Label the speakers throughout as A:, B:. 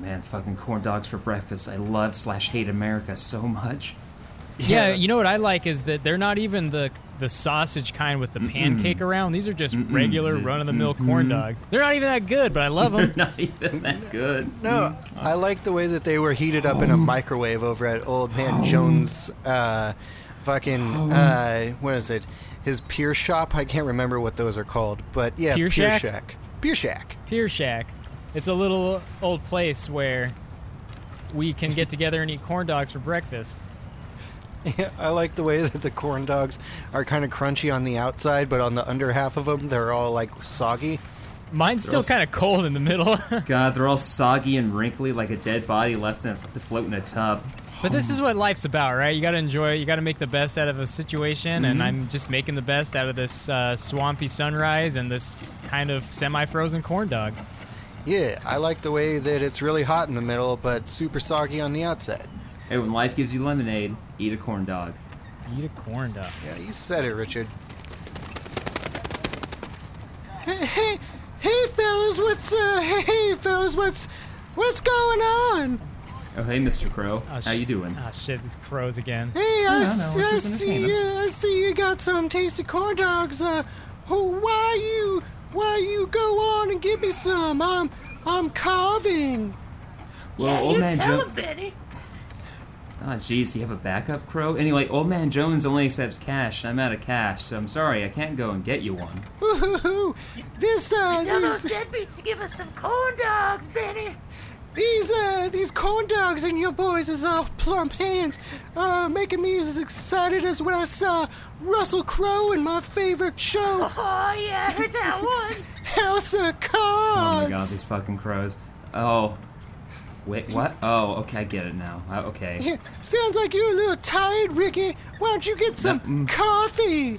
A: man, fucking corn dogs for breakfast. I love slash hate America so much.
B: Yeah, you know what I like is that they're not even the the sausage kind with the pancake around. These are just regular run of the mill corn dogs. They're not even that good, but I love them.
A: Not even that good.
B: um,
C: No, I like the way that they were heated up in a microwave over at Old Man Jones. Uh, fucking
B: Oh.
C: uh, what is it? His pier shop. I can't remember what those are called, but yeah,
B: Pier Shack?
C: shack. Pier shack.
B: Pier Shack. It's a little old place where we can get together and eat corn dogs for breakfast.
C: Yeah, I like the way that the corn dogs are kind of crunchy on the outside, but on the under half of them, they're all like soggy.
B: Mine's still
A: Gross.
B: kind of cold in the middle,
A: God, they're all soggy and wrinkly like a dead body left in a, to float in a tub.
B: but this is what life's about, right? You got to enjoy it. You got to make the best out of a situation, and I'm just making the best out of this uh, swampy sunrise and this kind of semi-frozen corn dog.
C: Yeah, I like the way that it's really hot in the middle, but super soggy on the outside.
A: Hey, when life gives you lemonade, eat a corn dog.
B: Eat a corn dog.
C: Yeah, you said it, Richard. Hey, hey, hey, fellas, what's uh, hey, hey, fellas, what's what's going on?
A: Oh, hey, Mr. Crow.
B: Oh,
A: How
B: sh-
A: you doing?
B: Oh shit, these crows again.
C: Hey, I,
A: no,
C: s-
A: no,
C: I
A: it's just
C: see,
A: entertainment.
C: uh, I see you got some tasty corn dogs. Uh, oh, why you, why you go on and give me some? I'm, I'm carving.
A: Well, old man Jones. Oh, jeez, you have a backup crow? Anyway, old man Jones only accepts cash, and I'm out of cash, so I'm sorry, I can't go and get you one.
C: Woo-hoo-hoo. This, uh,
D: Tell those
C: these,
D: deadbeats to give us some corn dogs, Benny.
C: these, uh, these corn dogs and your boys is all plump hands, uh, making me as excited as when I saw Russell Crowe in my favorite show,
D: Oh yeah, I heard that one.
C: House of Cards.
A: Oh my god, these fucking crows. Oh. Wait, what? Oh, okay, I get it now. Uh, okay.
C: Yeah, sounds like you're a little tired, Ricky. Why don't you get some coffee?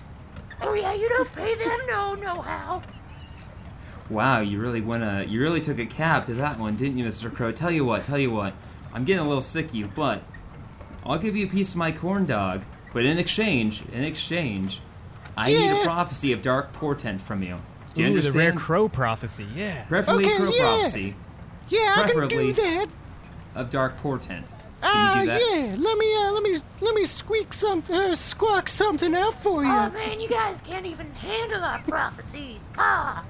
D: Oh yeah, you don't pay them no no how.
A: Wow, you really went a. You really took a cab to that one, didn't you, Mr. Crow? Tell you what, tell you what. I'm getting a little sick of you, but. I'll give you a piece of my corn dog, but in exchange, in exchange, I need
C: Yeah.
A: a prophecy of dark portent from you. Do you
B: Ooh, the
A: understand?
B: rare crow prophecy. Yeah.
A: Preferably
C: Okay,
A: a crow
C: yeah.
A: prophecy
C: Yeah,
A: Preferably.
C: I can do that.
A: of dark portent. Can
C: Ah,
A: you do that?
C: yeah. Let me, uh, let me, let me squeak something, uh, squawk something out for you.
D: Oh man, you guys can't even handle our prophecies. Ah,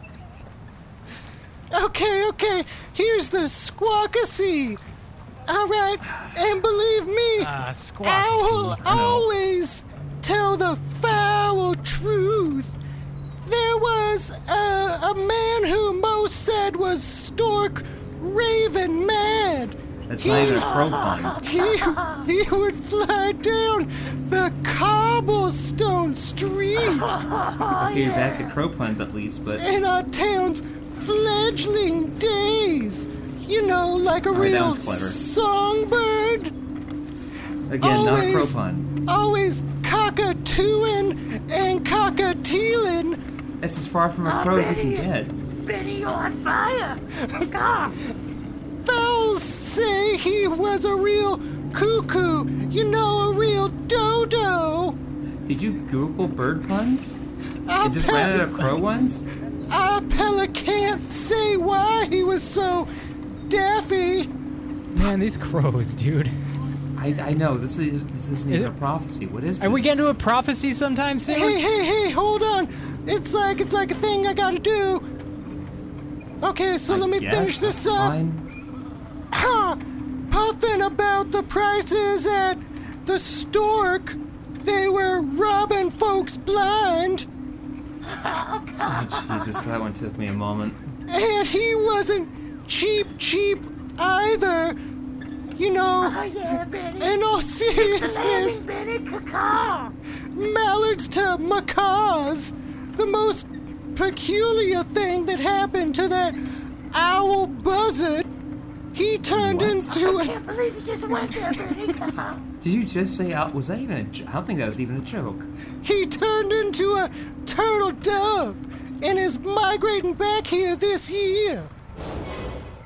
C: okay, okay. Here's the squawkacy. All right, and believe me,
A: Uh,
B: Ah, squawk.
C: Owl always tell the foul truth. There was a, a man who Mo said was stork raven mad.
A: That's not even a crow pun.
C: He, he would fly down the cobblestone street
A: Okay, you're back to crow puns at least, but.
C: in our town's fledgling days. You know, like a
A: right, Oh, that
C: real
A: one's clever.
C: songbird.
A: Again, not a crow
C: always-
A: pun.
C: Always cockatooing and cockatielin.
A: That's as far from a crow as you can get.
D: Benny, you're on fire. Ah,
C: Fowls say he was a real cuckoo. You know, a real dodo.
A: Did you Google bird puns?
C: I,
A: It just
C: pe-
A: ran out of crow ones?
C: I pella can't say why he was so daffy.
B: Man, these crows, dude.
A: I, I know, this is this isn't even
B: it-
A: a prophecy. What is this?
B: Are we getting to a prophecy sometime soon?
C: Hey, hey, hey, hold on. It's like it's like a thing I gotta do. Okay, so let me
A: Yes,
C: finish this
A: that's
C: up.
A: fine.
C: Ha! Puffing about the prices at the stork. They were robbing folks blind,
A: Oh, Jesus, that one took me a moment.
C: and he wasn't cheap, cheap either. You
D: oh
C: know,
D: yeah, Benny.
C: in all
D: The landing,
C: seriousness,
D: Benny. Caw.
C: mallards to macaws, the most peculiar thing that happened to that owl buzzard. He turned
A: What?
C: into
D: I
C: a
D: can't believe you just went there, Benny. Caw.
A: Did you just say out? Was that even a? jo- I don't think that was even a joke.
C: He turned into a turtle dove and is migrating back here this year.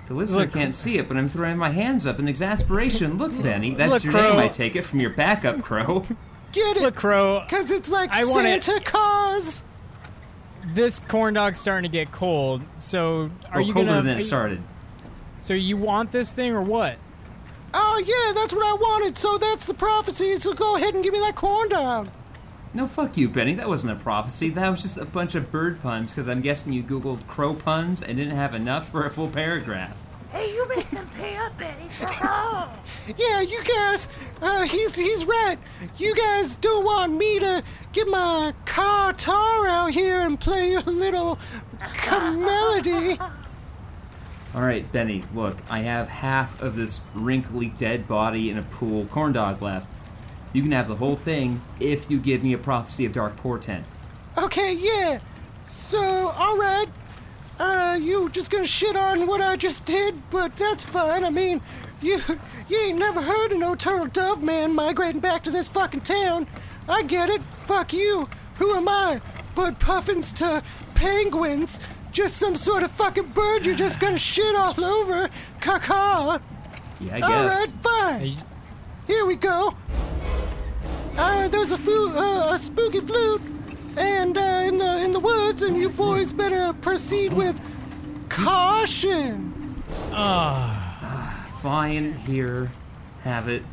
A: The listener
B: Look-
A: can't see it, but I'm throwing my hands up in exasperation. Look, Benny, that's
B: Look,
A: your
B: crow.
A: name. I take it from your backup crow.
C: Get it?
B: Look, crow.
C: Because it's like
B: I want it.
C: Santa Claus.
B: This corn dog's starting to get cold. So, are
A: Or
B: you
A: colder
B: gonna?
A: than
B: are
A: it
B: you-
A: started.
B: So you want this thing or what?
C: Oh, yeah, that's what I wanted, so that's the prophecy, so go ahead and give me that corn dog.
A: No, fuck you, Benny. That wasn't a prophecy. That was just a bunch of bird puns because I'm guessing you Googled crow puns and didn't have enough for a full paragraph.
D: Hey, you make them pay up, Benny. Come on.
C: Yeah, you guys, uh, he's he's right. You guys don't want me to get my car tar out here and play a little melody.
A: All right, Benny, look, I have half of this wrinkly dead body in a pool corn dog left. You can have the whole thing if you give me a prophecy of dark portent.
C: Okay, yeah. So, alright. Uh, you just gonna shit on what I just did, but that's fine. I mean, you you ain't never heard of no turtle dove man migrating back to this fucking town. I get it. Fuck you. Who am I? But puffins to penguins. Just some sort of fucking bird you're just gonna shit all over. Caca.
A: Yeah, I
C: Alright,
A: guess.
C: fine.
B: Hey,
C: Here we go. Uh, there's a, flu- uh, a spooky flute, and uh, in the in the woods, and you boys better proceed with caution.
A: Fine, here, have it.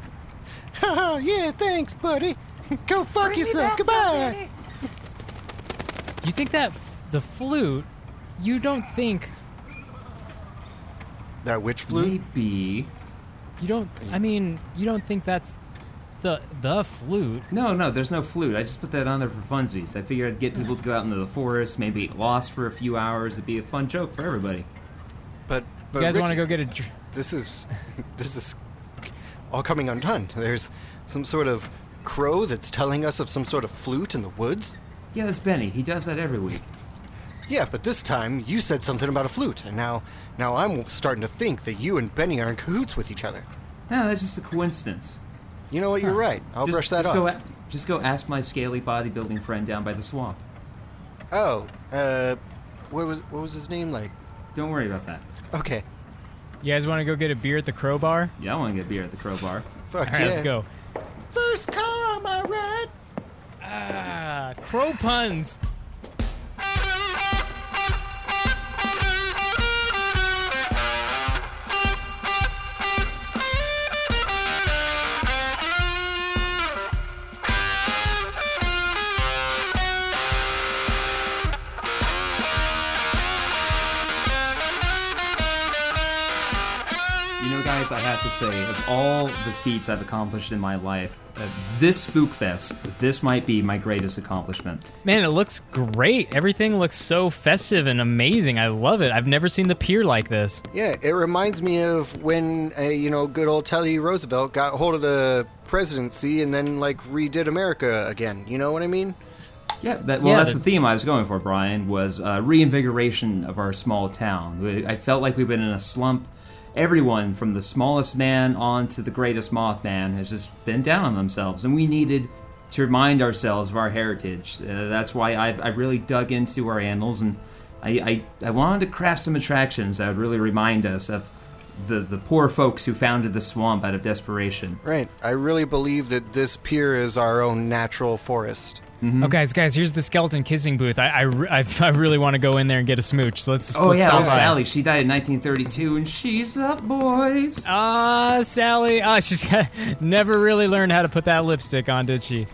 C: Haha, yeah, thanks, buddy. go fuck
D: Bring me
C: yourself.
D: back some,
C: Goodbye.
D: Benny.
B: You think that f- the flute? You don't think?
E: That witch flute?
A: Maybe.
B: You don't? I mean, you don't think that's the the flute?
A: No, no, there's no flute. I just put that on there for funsies. I figured I'd get people to go out into the forest, maybe get lost for a few hours. It'd be a fun joke for everybody.
E: But, but
B: You guys want to
E: Ricky-
B: go get a? Dr-
E: this is this is all coming undone. There's some sort of crow that's telling us of some sort of flute in the woods.
A: Yeah, that's Benny. He does that every week.
E: Yeah, but this time you said something about a flute, and now now I'm starting to think that you and Benny are in cahoots with each other.
A: No, that's just a coincidence.
E: You know what? You're right. I'll
A: just,
E: brush that
A: just
E: off.
A: Go a- just go ask my scaly bodybuilding friend down by the swamp.
E: oh, uh, what was what was his name like?
A: Don't worry about that.
E: Okay,
B: you guys want to go get a beer at the crowbar?
A: Yeah, I want to get beer at the crowbar.
E: fuck
B: All right,
E: yeah.
B: let's go.
C: First car on my ride.
B: Ah, crow puns.
A: You know, guys, I have to say, of all the feats I've accomplished in my life, uh, this Spookfest, this might be my greatest accomplishment.
B: Man, it looks great. Everything looks so festive and amazing. I love it. I've never seen the pier like this.
E: Yeah, it reminds me of when uh, you know good old Teddy Roosevelt got hold of the presidency and then like redid America again. You know what I mean?
A: Yeah, that, well,
B: Yeah,
A: that's the
B: the-
A: theme I was going for, Brian, was uh, reinvigoration of our small town. We- I felt like we've been in a slump. Everyone, from the smallest man on to the greatest Mothman, has just been down on themselves, and we needed to remind ourselves of our heritage. Uh, that's why I've, I really dug into our annals, and I, I, I wanted to craft some attractions that would really remind us of the, the poor folks who founded the swamp out of desperation.
E: Right. I really believe that this pier is our own natural forest.
A: Mm-hmm.
B: Oh, guys, guys, here's the skeleton kissing booth. I, I, re- I, I really want to go in there and get a smooch. So let's.
A: Oh,
B: let's
A: yeah, oh,
B: stop by.
A: Sally, she died in 1932, and she's up, boys.
B: Ah, Sally. Ah, she's never really learned how to put that lipstick on, did she?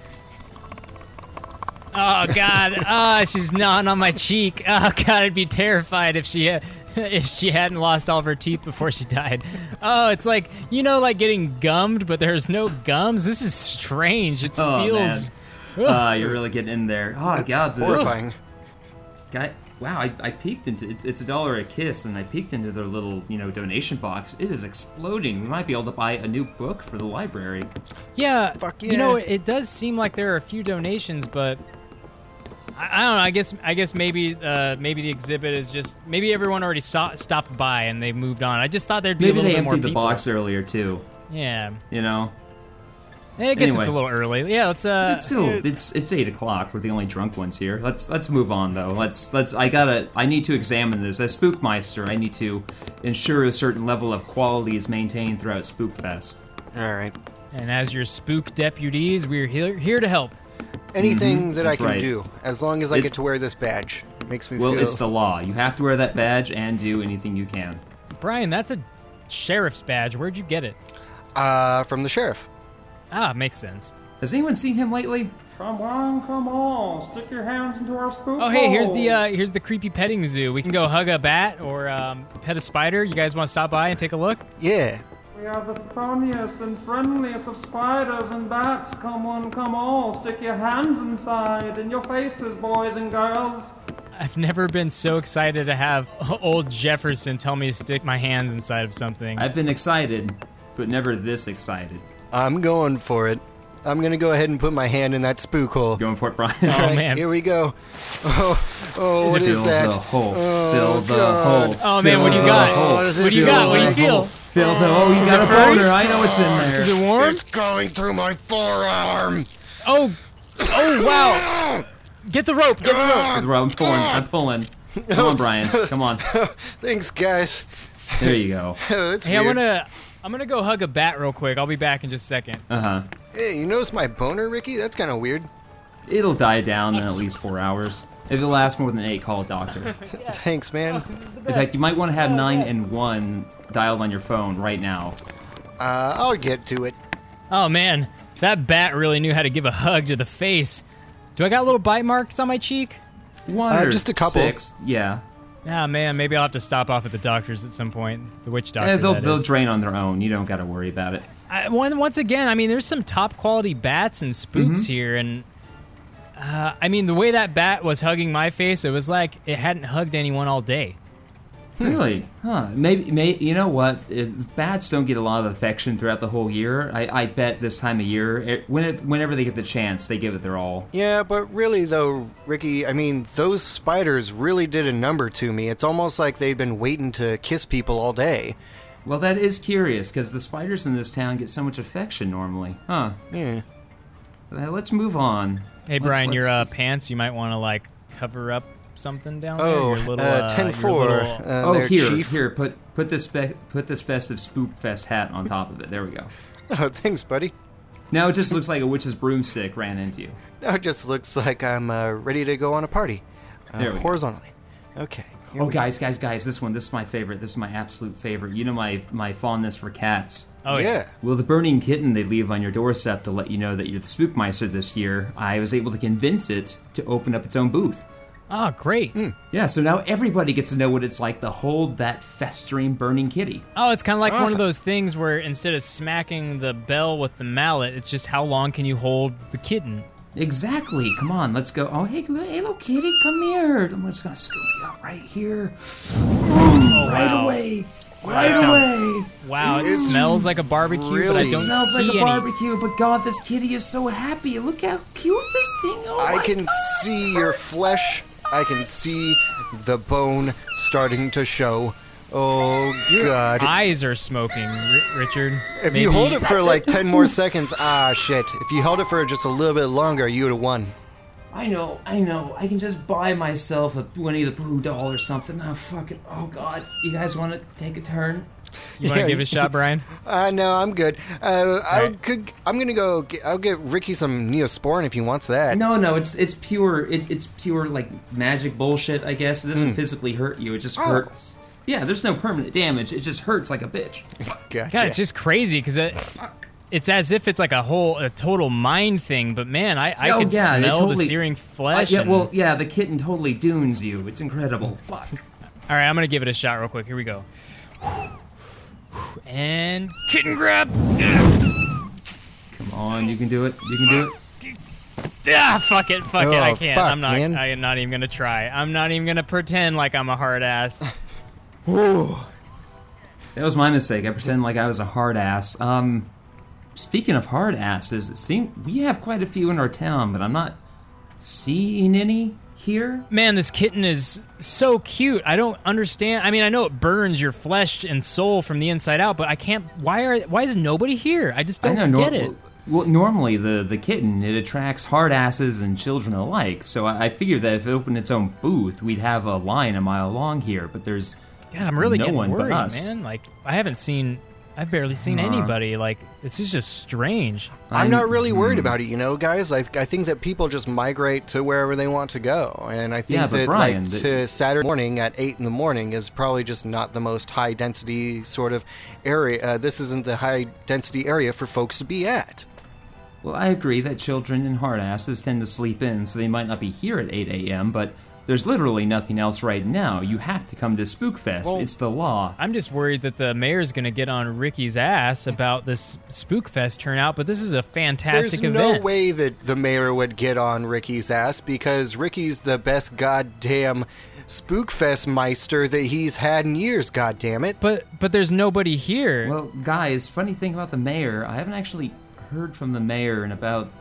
B: Oh God. Ah, she's gnawing on my cheek. Oh God, I'd be terrified if she had, if she hadn't lost all of her teeth before she died. Oh, it's like you know, like getting gummed, but there's no gums. This is strange. It
A: Oh,
B: feels.
A: Ah, you're really getting in there. Oh god, the
E: Horrifying.
A: guy. Wow, I, I peeked into it's, it's a dollar a kiss, and I peeked into their little you know donation box. It is exploding. We might be able to buy a new book for the library.
B: Yeah.
E: Fuck
B: You know,
E: yeah.
B: it, it does seem like there are a few donations, but I, I don't know. I guess I guess maybe uh, maybe the exhibit is just maybe everyone already saw, stopped by and they moved on. I just thought there'd be
A: Maybe
B: a little
A: they
B: bit more
A: emptied the
B: people.
A: box earlier too.
B: Yeah.
A: You know,
B: I guess
A: Anyway.
B: it's a little early. Yeah. Let's. Uh,
A: it's still it's it's eight o'clock. We're the only drunk ones here. Let's let's move on though. Let's let's I gotta I need to examine this as Spookmeister. I need to ensure a certain level of quality is maintained throughout Spookfest.
E: All right.
B: And as your spook deputies, we're here here to help.
E: Anything that I
A: that's
E: can
A: right.
E: do, as long as I
A: It's-
E: get to wear this badge, makes me
A: Well,
E: feel.
A: it's the law. You have to wear that badge and do anything you can.
B: Brian, that's a sheriff's badge. Where'd you get it?
E: Uh, from the sheriff.
B: Ah, makes sense.
A: Has anyone seen him lately?
F: Come on, come on, stick your hands into our spook.
B: Oh, hey, here's the
F: hole.
B: uh, here's the creepy petting zoo. We can go hug a bat or um, pet a spider. You guys want to stop by and take a look?
E: Yeah.
F: We are the funniest and friendliest of spiders and bats. Come on, come on, stick your hands inside and your faces, boys and girls.
B: I've never been so excited to have old Jefferson tell me to stick my hands inside of something.
A: I've been excited, but never this excited.
E: I'm going for it. I'm gonna go ahead and put my hand in that spook hole.
A: Going for it, Brian.
B: Oh,
E: All right,
B: man.
E: Here we go. Oh, oh, what
A: Fill
E: is that? Oh,
A: the hole. Fill the hole.
E: God.
B: Oh, man, what do you
A: Fill
B: got?
A: the
E: Oh,
A: hole.
E: what does
B: what
E: it
B: do you got?
E: feel
B: What do you
E: like?
B: feel?
A: Fill the oh, you got a
B: furry?
A: boner. I know it's in there.
B: Is it warm?
E: going through my forearm.
B: Oh, oh, wow! Get the rope. Get the rope.
A: With Rob, I'm pulling. I'm pulling. Come on, Brian. Come on.
E: Thanks, guys.
A: There you go.
E: Oh, that's
B: Hey, I
E: weird.
B: wanna. I'm gonna go hug a bat real quick. I'll be back in just a second.
A: Uh huh.
E: Hey, you notice my boner, Ricky? That's kind of weird.
A: It'll die down in at least four hours. If it lasts more than eight, call a doctor.
E: Thanks,
B: Oh,
E: man.
A: In fact, you might want to have nine and one dialed on your phone right now.
E: Uh, I'll get to it.
B: Oh man, that bat really knew how to give a hug to the face. Do I got little bite marks on my cheek?
A: One
E: Uh,
A: or
E: just a couple.
A: six. Yeah.
B: Ah man, maybe I'll have to stop off at the doctor's at some point. The witch doctor.
A: Eh, they'll
B: that
A: they'll
B: is.
A: drain on their own. You don't got to worry about it.
B: I, one, once again, I mean, there's some top quality bats and spooks
A: Mm-hmm.
B: here, and uh, I mean, the way that bat was hugging my face, it was like it hadn't hugged anyone all day.
A: Really? Huh? Maybe. May, you know what? If bats don't get a lot of affection throughout the whole year. I, I bet this time of year, it, when it, whenever they get the chance, they give it their all.
E: Yeah, but really, though, Ricky, I mean, those spiders really did a number to me. It's almost like they've been waiting to kiss people all day.
A: Well, that is curious because the spiders in this town get so much affection normally. Huh?
E: Yeah.
A: Uh, let's move on.
B: Hey,
A: Let's-
B: Brian, your uh,
A: let's-
B: pants, you might want to like cover up something down
E: Oh,
B: there. Your little,
E: uh,
B: uh,
E: 10
B: your
E: 4.
B: little-
E: uh,
A: oh,
E: their
A: here,
E: chief.
A: here, put put this spe- put this festive spook fest hat on top of it. There we go.
E: Oh, thanks, buddy.
A: Now it just looks like a witch's broomstick ran into you.
E: Now it just looks like I'm uh, ready to go on a party. Uh,
A: There we go.
E: horizontally. Okay. here
A: Oh,
E: we-
A: guys, guys, guys! This one, this is my favorite. This is my absolute favorite. You know my my fondness for cats.
B: oh yeah.
E: yeah.
A: Well, the burning kitten they leave on your doorstep to let you know that you're the Spookmeister this year, I was able to convince it to open up its own booth.
B: Oh great.
A: Yeah, so now everybody gets to know what it's like to hold that festering, burning kitty.
B: Oh, it's kind of like one of those things where instead of smacking the bell with the mallet, it's just how long can you hold the kitten?
A: Exactly. Come on, let's go. Oh, hey, li- hey, little kitty, come here. I'm just gonna scoop you up right here. right
B: wow.
A: away. Right
B: sound-
A: away.
B: Wow, it smells like a barbecue, but I
E: really
B: don't
A: Smells
B: see
A: like a
B: any.
A: barbecue, but God, this kitty is so happy. Look how cute this thing. Oh
E: I
A: my
E: can
A: God.
E: see your flesh. I can see the bone starting to show. Oh, God.
B: Eyes are smoking, R- Richard.
E: If
B: Maybe-
E: you hold it for like 10 more seconds, ah, shit. If you held it for just a little bit longer, you would have won.
A: I know, I know. I can just buy myself a Winnie the Pooh doll or something. Oh, fuck it. Oh, God. You guys want to take a turn?
B: you want to
E: Yeah,
B: give it a shot, Brian?
E: Uh, no, I'm good. Uh, I
B: Alright.
E: could, I'm gonna go. Get, I'll get Ricky some Neosporin if he wants that.
A: No, no. It's it's pure. It, it's pure like magic bullshit. I guess it doesn't physically hurt you. It just hurts. Yeah, there's no permanent damage. It just hurts like a bitch. Uh,
E: gotcha.
B: God, it's just crazy because it, it's as if it's like a whole, a total mind thing. But man, I, I
A: Oh,
B: could
A: yeah, it
B: smell the
A: totally-
B: searing
A: Uh,
B: flesh.
A: yeah,
B: and-
A: well, yeah. The kitten totally dunes you. It's incredible. Fuck.
B: all right, I'm gonna give it a shot real quick. Here we go. And kitten grab.
A: Come on, you can do it. You can do it.
B: Ah, fuck it, fuck it. I
E: Oh,
B: can't.
E: fuck,
B: I'm not.
E: man.
B: I am not even gonna try. I'm not even gonna pretend like I'm a hard ass.
A: That was my mistake. I pretended like I was a hard ass. Um, speaking of hard asses, it seem we have quite a few in our town, but I'm not seeing any here.
B: Man, this kitten is so cute. I don't understand. I mean, I know it burns your flesh and soul from the inside out, but I can't. Why are? Why is nobody here? I just don't
A: I know.
B: get
A: nor-
B: it.
A: Well, normally the the kitten it attracts hard asses and children alike. So I, I figured that if it opened its own booth, we'd have a line a mile long here. But there's
B: God, I'm really
A: no
B: getting
A: one
B: worried,
A: but us.
B: man. Like, I haven't seen. I've barely seen anybody. Like this is just strange.
E: I'm not really worried
A: Hmm.
E: about it, you know, guys. I, I think that people just migrate to wherever they want to go, and I think
A: Yeah, but
E: that
A: Brian,
E: like
A: the-
E: to Saturday morning at eight in the morning is probably just not the most high density sort of area. Uh, this isn't the high density area for folks to be at.
A: Well, I agree that children and hard asses tend to sleep in, so they might not be here at 8 a.m., but there's literally nothing else right now. You have to come to Spookfest. it's the law.
B: I'm just worried that the mayor's going to get on Ricky's ass about this Spookfest turnout, but this is a fantastic
E: There's
B: event.
E: no way that the mayor would get on Ricky's ass because Ricky's the best goddamn spookfest meister that he's had in years. God damn it!
B: But but there's nobody here.
A: Well, guys, funny thing about the mayor, I haven't actually heard from the mayor in about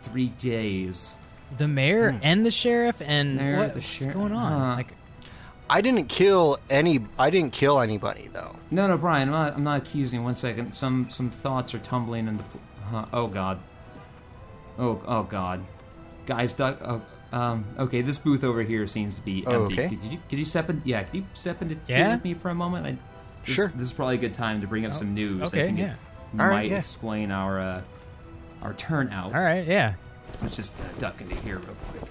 A: three days.
B: the mayor and the sheriff and
A: hmm. Mayor,
B: what-
A: the uh-huh.
B: what's
A: sher-
B: going on?
A: huh.
B: Like
E: I didn't kill any. I didn't kill anybody though.
A: No, no, Brian, I'm not, I'm not accusing. One second, some some thoughts are tumbling into. Pl- huh, oh God. Oh oh God, guys, Doug. Oh, um, okay, this booth over here seems to be
E: Oh,
A: empty.
E: okay.
A: Could you could you step in? Yeah, could you step into here
B: Yeah? Oh,
A: with me for a moment? I, this,
E: Sure.
A: This is probably a good time to bring up some news. I
B: okay,
A: think
B: yeah.
A: it
E: All
A: might
E: right, yeah.
A: explain our uh, our turnout.
B: all right, yeah.
A: Let's just uh, duck into here real quick.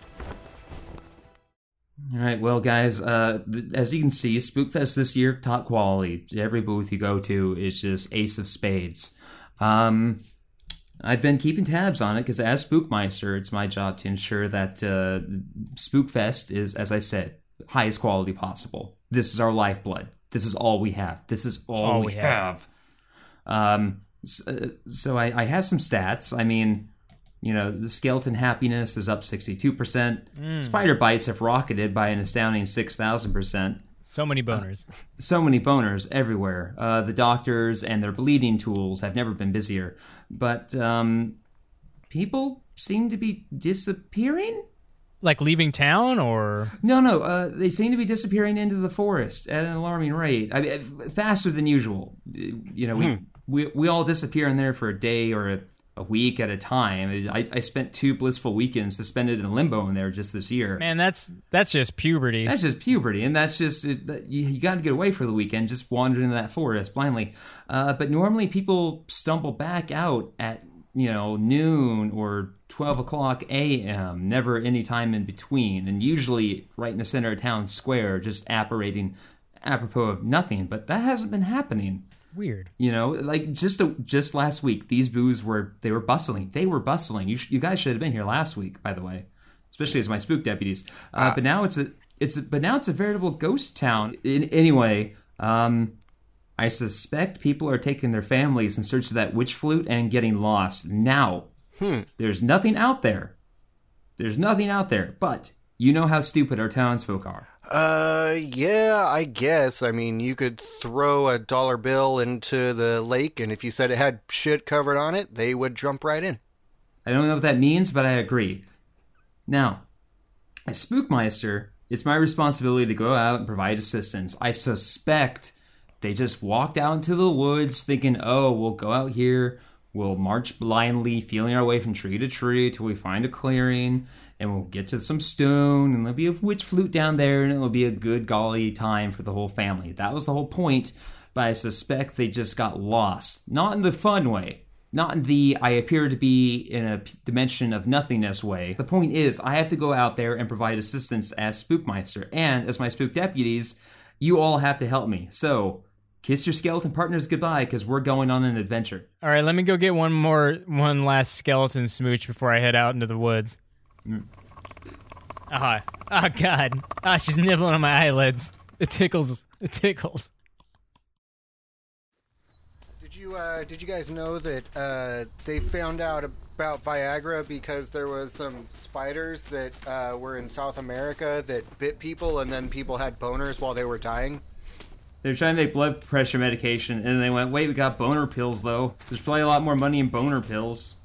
A: All right, well, guys, uh, th- as you can see, Spookfest this year, top quality. Every booth you go to is just ace of spades. Um, I've been keeping tabs on it because, as Spookmeister, it's my job to ensure that uh, Spookfest is, as I said, highest quality possible. This is our lifeblood. This is all we have. This is all,
B: All
A: we,
B: we
A: have.
B: have.
A: Um, s- uh, so I, I have some stats. I mean, you know, the skeleton happiness is up 62%. Spider bites have rocketed by an astounding 6,000%.
B: So many boners.
A: So many boners everywhere. Uh, the doctors and their bleeding tools have never been busier. But um, people seem to be disappearing?
B: like leaving town or
A: No, no, uh, they seem to be disappearing into the forest at an alarming rate. I mean, f- faster than usual. Uh, You know, we, we, we all disappear in there for a day or a, a week at a time. I, I spent two blissful weekends suspended in limbo in there just this year.
B: man, that's that's just puberty.
A: That's just puberty, and that's just it, that- you, you got to get away for the weekend. Just wander into that forest blindly. Uh, but normally, people stumble back out at you know noon or twelve o'clock a.m. Never any time in between, and usually right in the center of town square, just apparating apropos of nothing. But that hasn't been happening.
B: Weird.
A: You know, like just a, just last week, these booths were they were bustling. They were bustling. You sh- you guys should have been here last week, by the way, especially as my spook deputies. Uh, But now it's a it's a, but now it's a veritable ghost town. In, anyway, um, I suspect people are taking their families in search of that witch flute and getting lost. Now, there's nothing out there. There's nothing out there. But you know how stupid our townsfolk are.
E: Uh, yeah, I guess. I mean, you could throw a dollar bill into the lake, and if you said it had shit covered on it, they would jump right in.
A: I don't know what that means, but I agree. Now, as Spookmeister, it's my responsibility to go out and provide assistance. I suspect they just walked out into the woods thinking, oh, we'll go out here, we'll march blindly, feeling our way from tree to tree till we find a clearing, and we'll get to some stone, and there'll be a witch flute down there, and it'll be a good golly time for the whole family. That was the whole point, but I suspect they just got lost. Not in the fun way, not in the I appear to be in a p- dimension of nothingness way. The point is, I have to go out there and provide assistance as Spookmeister, and as my spook deputies, you all have to help me. So, kiss your skeleton partners goodbye, because we're going on an adventure.
B: All right, let me go get one more one last skeleton smooch before I head out into the woods. Ah, oh god. Ah, she's nibbling on my eyelids. It tickles. It tickles.
E: Did you uh, did you guys know that uh, they found out about Viagra because there was some spiders that uh, were in South America that bit people, and then people had boners while they were dying?
A: They're trying to make blood pressure medication, and they went, wait, we got boner pills, though. There's probably a lot more money in boner pills.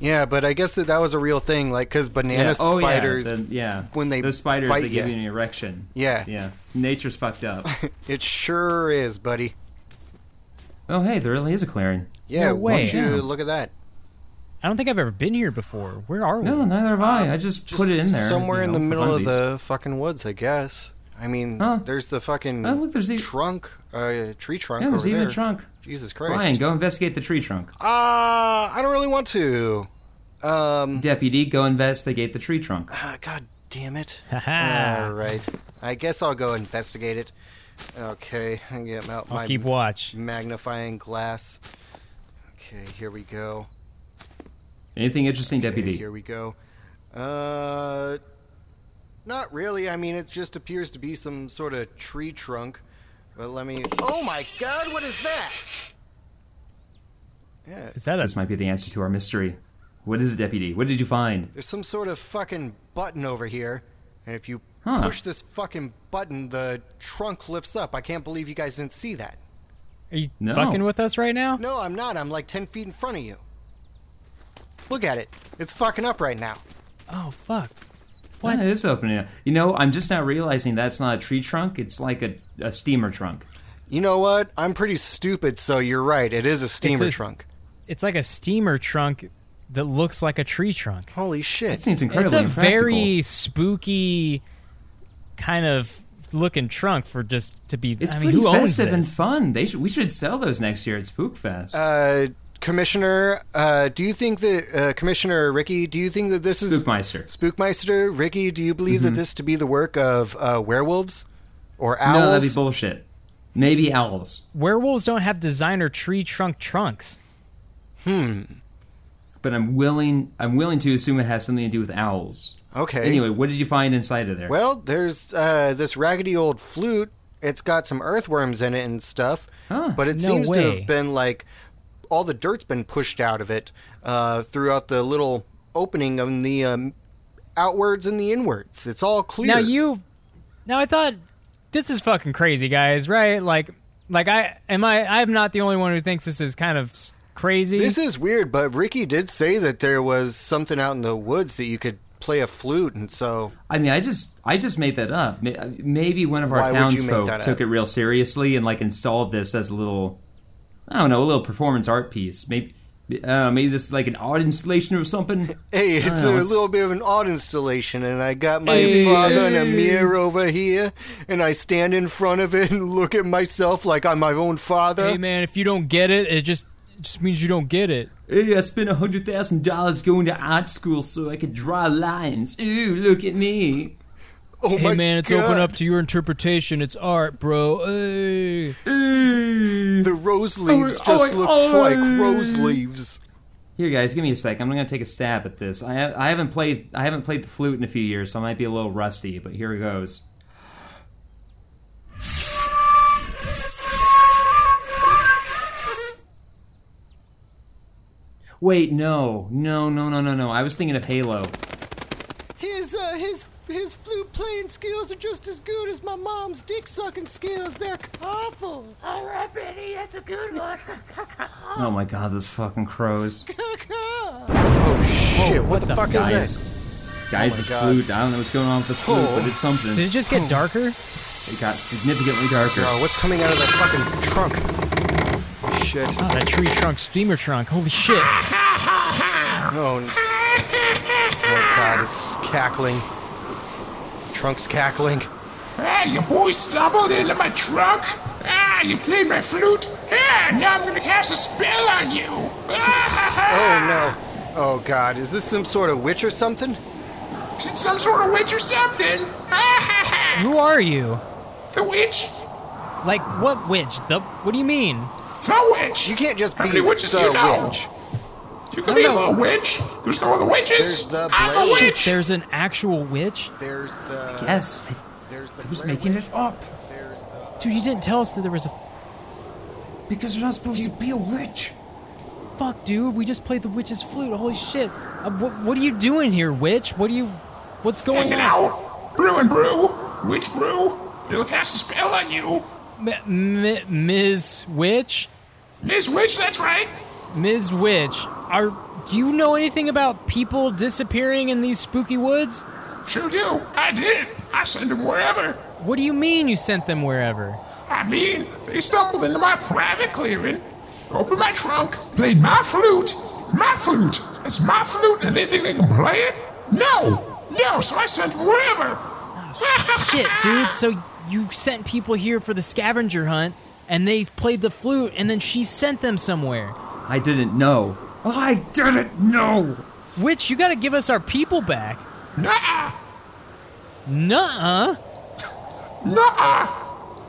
E: Yeah, but I guess that that was a real thing, like because banana
A: Oh,
E: spiders,
A: yeah. the- yeah.
E: when they
A: Those spiders,
E: bite
A: they give
E: ya.
A: you an erection.
E: Yeah.
A: Yeah. Nature's fucked up.
E: it sure is, buddy.
A: oh, hey, there really is a clearing.
E: Yeah,
B: No way.
E: why don't you
A: Yeah.
E: look at that?
B: I don't think I've ever been here before. Where are we?
A: No, neither have Oh, I. I just, put it in there.
E: Um,
A: you
E: somewhere in
A: know,
E: the
A: for
E: middle of
A: funsies.
E: the fucking woods, I guess. I I mean,
A: Huh?
E: there's the fucking
A: Oh, look, there's even-
E: trunk, uh, tree trunk.
A: Yeah, there's
E: over
A: even
E: there.
A: a trunk.
E: Jesus Christ.
A: Brian, go investigate the tree trunk.
E: Uh, I don't really want to. Um,
A: Deputy, go investigate the tree trunk.
E: ah, God damn it.
B: Haha.
E: All right. I guess I'll go investigate it. Okay, I get out
B: I'll
E: my
B: keep watch.
E: magnifying glass. Okay, here we go.
A: Anything interesting,
E: Okay,
A: Deputy?
E: here we go. Uh, not really. I mean, it just appears to be some sort of tree trunk. But let me. Oh my God! What is that? Yeah,
B: Is that a
A: This might be the answer to our mystery. What is it, Deputy? What did you find?
E: there's some sort of fucking button over here, and if you
A: Huh.
E: push this fucking button, the trunk lifts up. I can't believe you guys didn't see that.
B: Are you
A: No.
B: fucking with us right now?
E: No, I'm not. I'm like ten feet in front of you. Look at it. It's fucking up right now.
B: Oh fuck.
A: What is opening up? You know, I'm just now realizing that's not a tree trunk. It's like a, a steamer trunk.
E: You know what? I'm pretty stupid, so you're right. It is a steamer
B: a-
E: trunk.
B: It's like a steamer trunk that looks like a tree trunk.
E: Holy
A: That
E: shit.
A: seems
B: It's
A: incredibly
B: a
A: impractical.
B: very spooky kind of looking trunk for just to be
A: It's
B: I mean
A: pretty
B: who owns
A: festive
B: this?
A: and fun. They should, we should sell those next year at Spookfest.
E: Uh, Commissioner, uh, do you think that uh, Commissioner Ricky? Do you think that this is
A: Spookmeister.
E: Spookmeister? Ricky, do you believe that this to be the work of uh, werewolves or owls?
A: Mm-hmm. No, that'd be bullshit. Maybe owls,
B: Werewolves don't have designer tree trunk trunks.
A: but I'm willing. I'm willing to assume it has something to do with owls.
E: okay.
A: Anyway, what did you find inside of there?
E: Well, there's uh, this raggedy old flute. It's got some earthworms in it and stuff. But it
B: no
E: seems to
B: way.
E: have been like all the dirt's been pushed out of it uh, throughout the little opening on the um, outwards and the inwards. It's all clear.
B: Now you Now I thought this is fucking crazy guys, right? Like like I am I I'm not the only one who thinks this is kind of s- crazy.
E: This is weird, but Ricky did say that there was something out in the woods that you could play a flute, and so
A: I mean, I just I just made that up. May- uh, Maybe one of our
E: Why would you make
A: townsfolk
E: that
A: took
E: up?
A: it real seriously and like installed this as a little, I don't know, a little performance art piece. Maybe uh, maybe this is like an art installation or something.
E: hey,
A: don't
E: it's
A: know,
E: a
A: it's-
E: little bit of an odd installation, and I got my
A: Hey.
E: father and a mirror over here, and I stand in front of it and look at myself like I'm my own father.
B: hey man, if you don't get it, it just it just means you don't get it.
A: Hey, I spent a hundred thousand dollars going to art school so I could draw lines. Ooh, look at me.
E: oh
B: Hey
E: my
B: man, it's
E: God.
B: open up to your interpretation. It's art, bro. Hey.
A: Ooh.
E: The rose leaves
A: Oh,
E: just
A: oh,
E: look
A: oh.
E: like rose leaves.
A: Here, guys, give me a sec. I'm gonna take a stab at this. I I haven't played I haven't played the flute in a few years, so I might be a little rusty. But here it goes. Wait, no, no, no, no, no, no. I was thinking of Halo.
C: His uh, his his flute playing skills are just as good as my mom's dick sucking skills. They're awful.
D: All right, Benny, that's a good one.
A: Oh my god, those fucking crows.
E: Oh shit! What, the, fuck
A: Guys,
E: is that?
A: guys, this
E: Oh God.
A: flute. I don't know what's going on with this flute,
E: Oh.
A: but it's something.
B: Did it just get darker?
A: It got significantly darker.
E: Bro, Uh, what's coming out of that fucking trunk? Shit!
B: Oh, that tree trunk, steamer trunk. Holy shit.
E: Oh, n- oh god, it's cackling. Trunk's cackling.
G: Ah, your boy stumbled into my truck. Ah, you played my flute. Ah, now I'm gonna cast a spell on you. Ah, ha,
E: Oh
G: ha.
E: no. Oh god, is this some sort of witch or something?
G: Is it some sort of witch or something? Ah, ha, ha.
B: Who are you?
G: The witch?
B: Like, what witch? The. What do you mean?
G: The witch?
E: You can't just
G: How
E: be
G: many witches
E: the
G: do you know?
E: witch.
G: You can be
B: know.
G: the witch. There's no other witches.
E: There's the
G: I'm
E: blade.
G: the
E: Shit,
G: witch.
B: There's an actual witch?
E: There's the
A: Yes, I,
E: There's the
A: I was
E: gray
A: making
E: witch.
A: it up
E: There's the
B: Dude, you didn't tell us that there was a.
A: because you're not supposed to be a witch.
B: Fuck, dude. We just played the witch's flute. Holy shit. Uh, wh- what are you doing here, witch? What are you. What's going
G: Hanging
B: on?
G: out. Brew and brew. Witch brew. It'll cast a spell on you.
B: M- M- Ms. Witch?
G: Miss Witch, that's right.
B: Ms. Witch, are. Do you know anything about people disappearing in these spooky woods?
G: Sure do. I did. I sent him wherever.
B: What do you mean you sent them wherever?
G: I mean, they stumbled into my private clearing, opened my trunk, played my flute. My flute. It's my flute, and they think they can play it? No. No, so I sent them wherever.
B: Shit, dude. So you sent people here for the scavenger hunt, and they played the flute, and then she sent them somewhere.
A: I didn't know. Oh, I didn't know.
B: Witch, you gotta give us our people back.
G: Nuh-uh.
B: Nuh-uh.
G: Nuh-uh.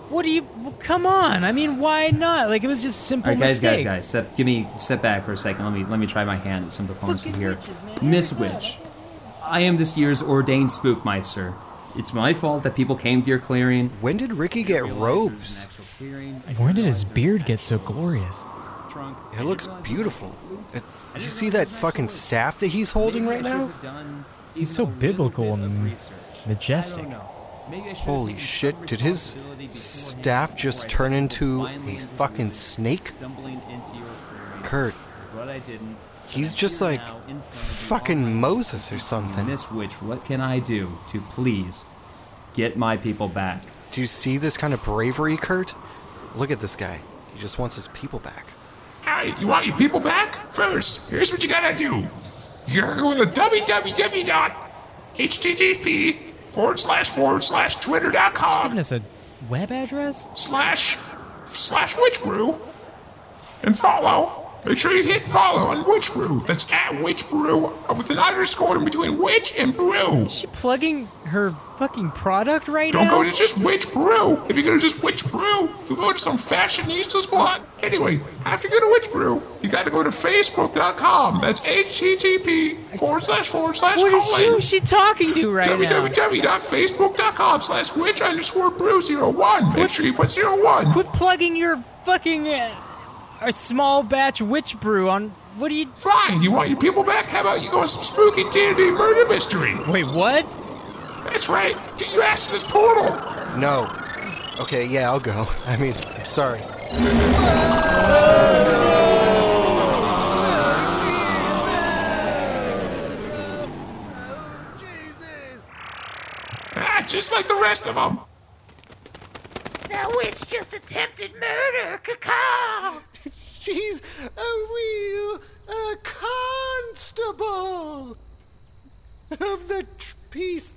B: What do you? well, Come on. I mean, why not? Like it was just simple
A: All right, guys, guys,
B: mistake.
A: guys. Step, give me step back for a second. Let me let me try my hand at some diplomacy
B: Fucking
A: here.
B: witches, man.
A: Miss
B: Hurry up.
A: Witch, I am this year's ordained spookmeister. It's my fault that people came to your clearing.
E: When did Ricky get robes?
B: Where did his beard get so glorious?
E: It looks beautiful. It- you see that fucking staff that he's holding right now?
B: He's so biblical and majestic.
E: Holy shit, did his staff just turn into a fucking snake? Kurt,
A: But I didn't.
E: he's
A: I'm
E: just
A: here
E: like
A: now in front of you, all
E: fucking
A: my
E: Moses or something.
A: Miss Witch, what can I do to please get my people back?
E: Do you see this kind of bravery, Kurt? Look at this guy. He just wants his people back.
G: Hey, you want your people back? First, here's what you gotta do. You're going to www.http forward slash forward slash
B: Giving
G: twitter.com
B: us a web address?
G: slash slash witch brew and follow. Make sure you hit follow on witch brew. That's at witch brew uh, with an underscore in between witch and brew.
B: Is she plugging her fucking product right
G: Don't
B: now?
G: go to just Witch Brew. If you go to just Witch Brew, you go to some fashionista spot. Anyway, after you go to Witch Brew, you got to go to Facebook.com. That's HTTP forward slash forward slash
B: what is she,
G: colon.
B: who's she talking to right now?
G: www.facebook.com slash witch underscore brew zero one. Make sure you put zero one.
B: Quit plugging your fucking uh, our small batch witch brew on. What do you?
G: Fine, you want your people back? How about you go on some spooky D&D murder mystery?
B: Wait, what?
G: That's right, get your ass to this portal.
E: No. Okay, yeah, I'll go. I mean, I'm sorry.
G: Ah, just like the rest of them.
D: That witch just attempted murder. Caw.
C: She's a real uh, constable of the tr- peace